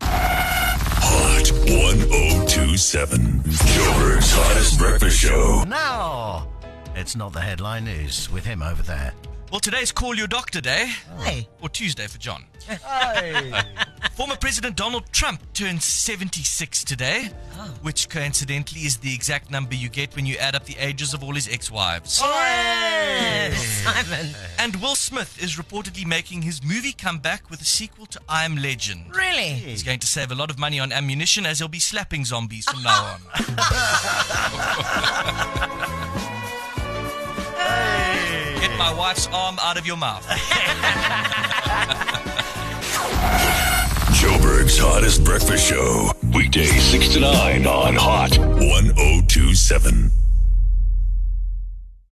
7. oh Joburg's hottest breakfast show. Now, it's not the headline news with him over there. Well, today's Call Your Doctor Day, Hey. or Tuesday for John. Former President Donald Trump turned 76 today, which coincidentally is the exact number you get when you add up the ages of all his ex wives. Yes, Simon. And Will Smith is reportedly making his movie comeback with a sequel to I Am Legend. Really? He's going to save a lot of money on ammunition as he'll be slapping zombies from now on. Get my wife's arm out of your mouth. Joburg's oh hottest breakfast show. Weekday 6 to 9 on Hot 1027.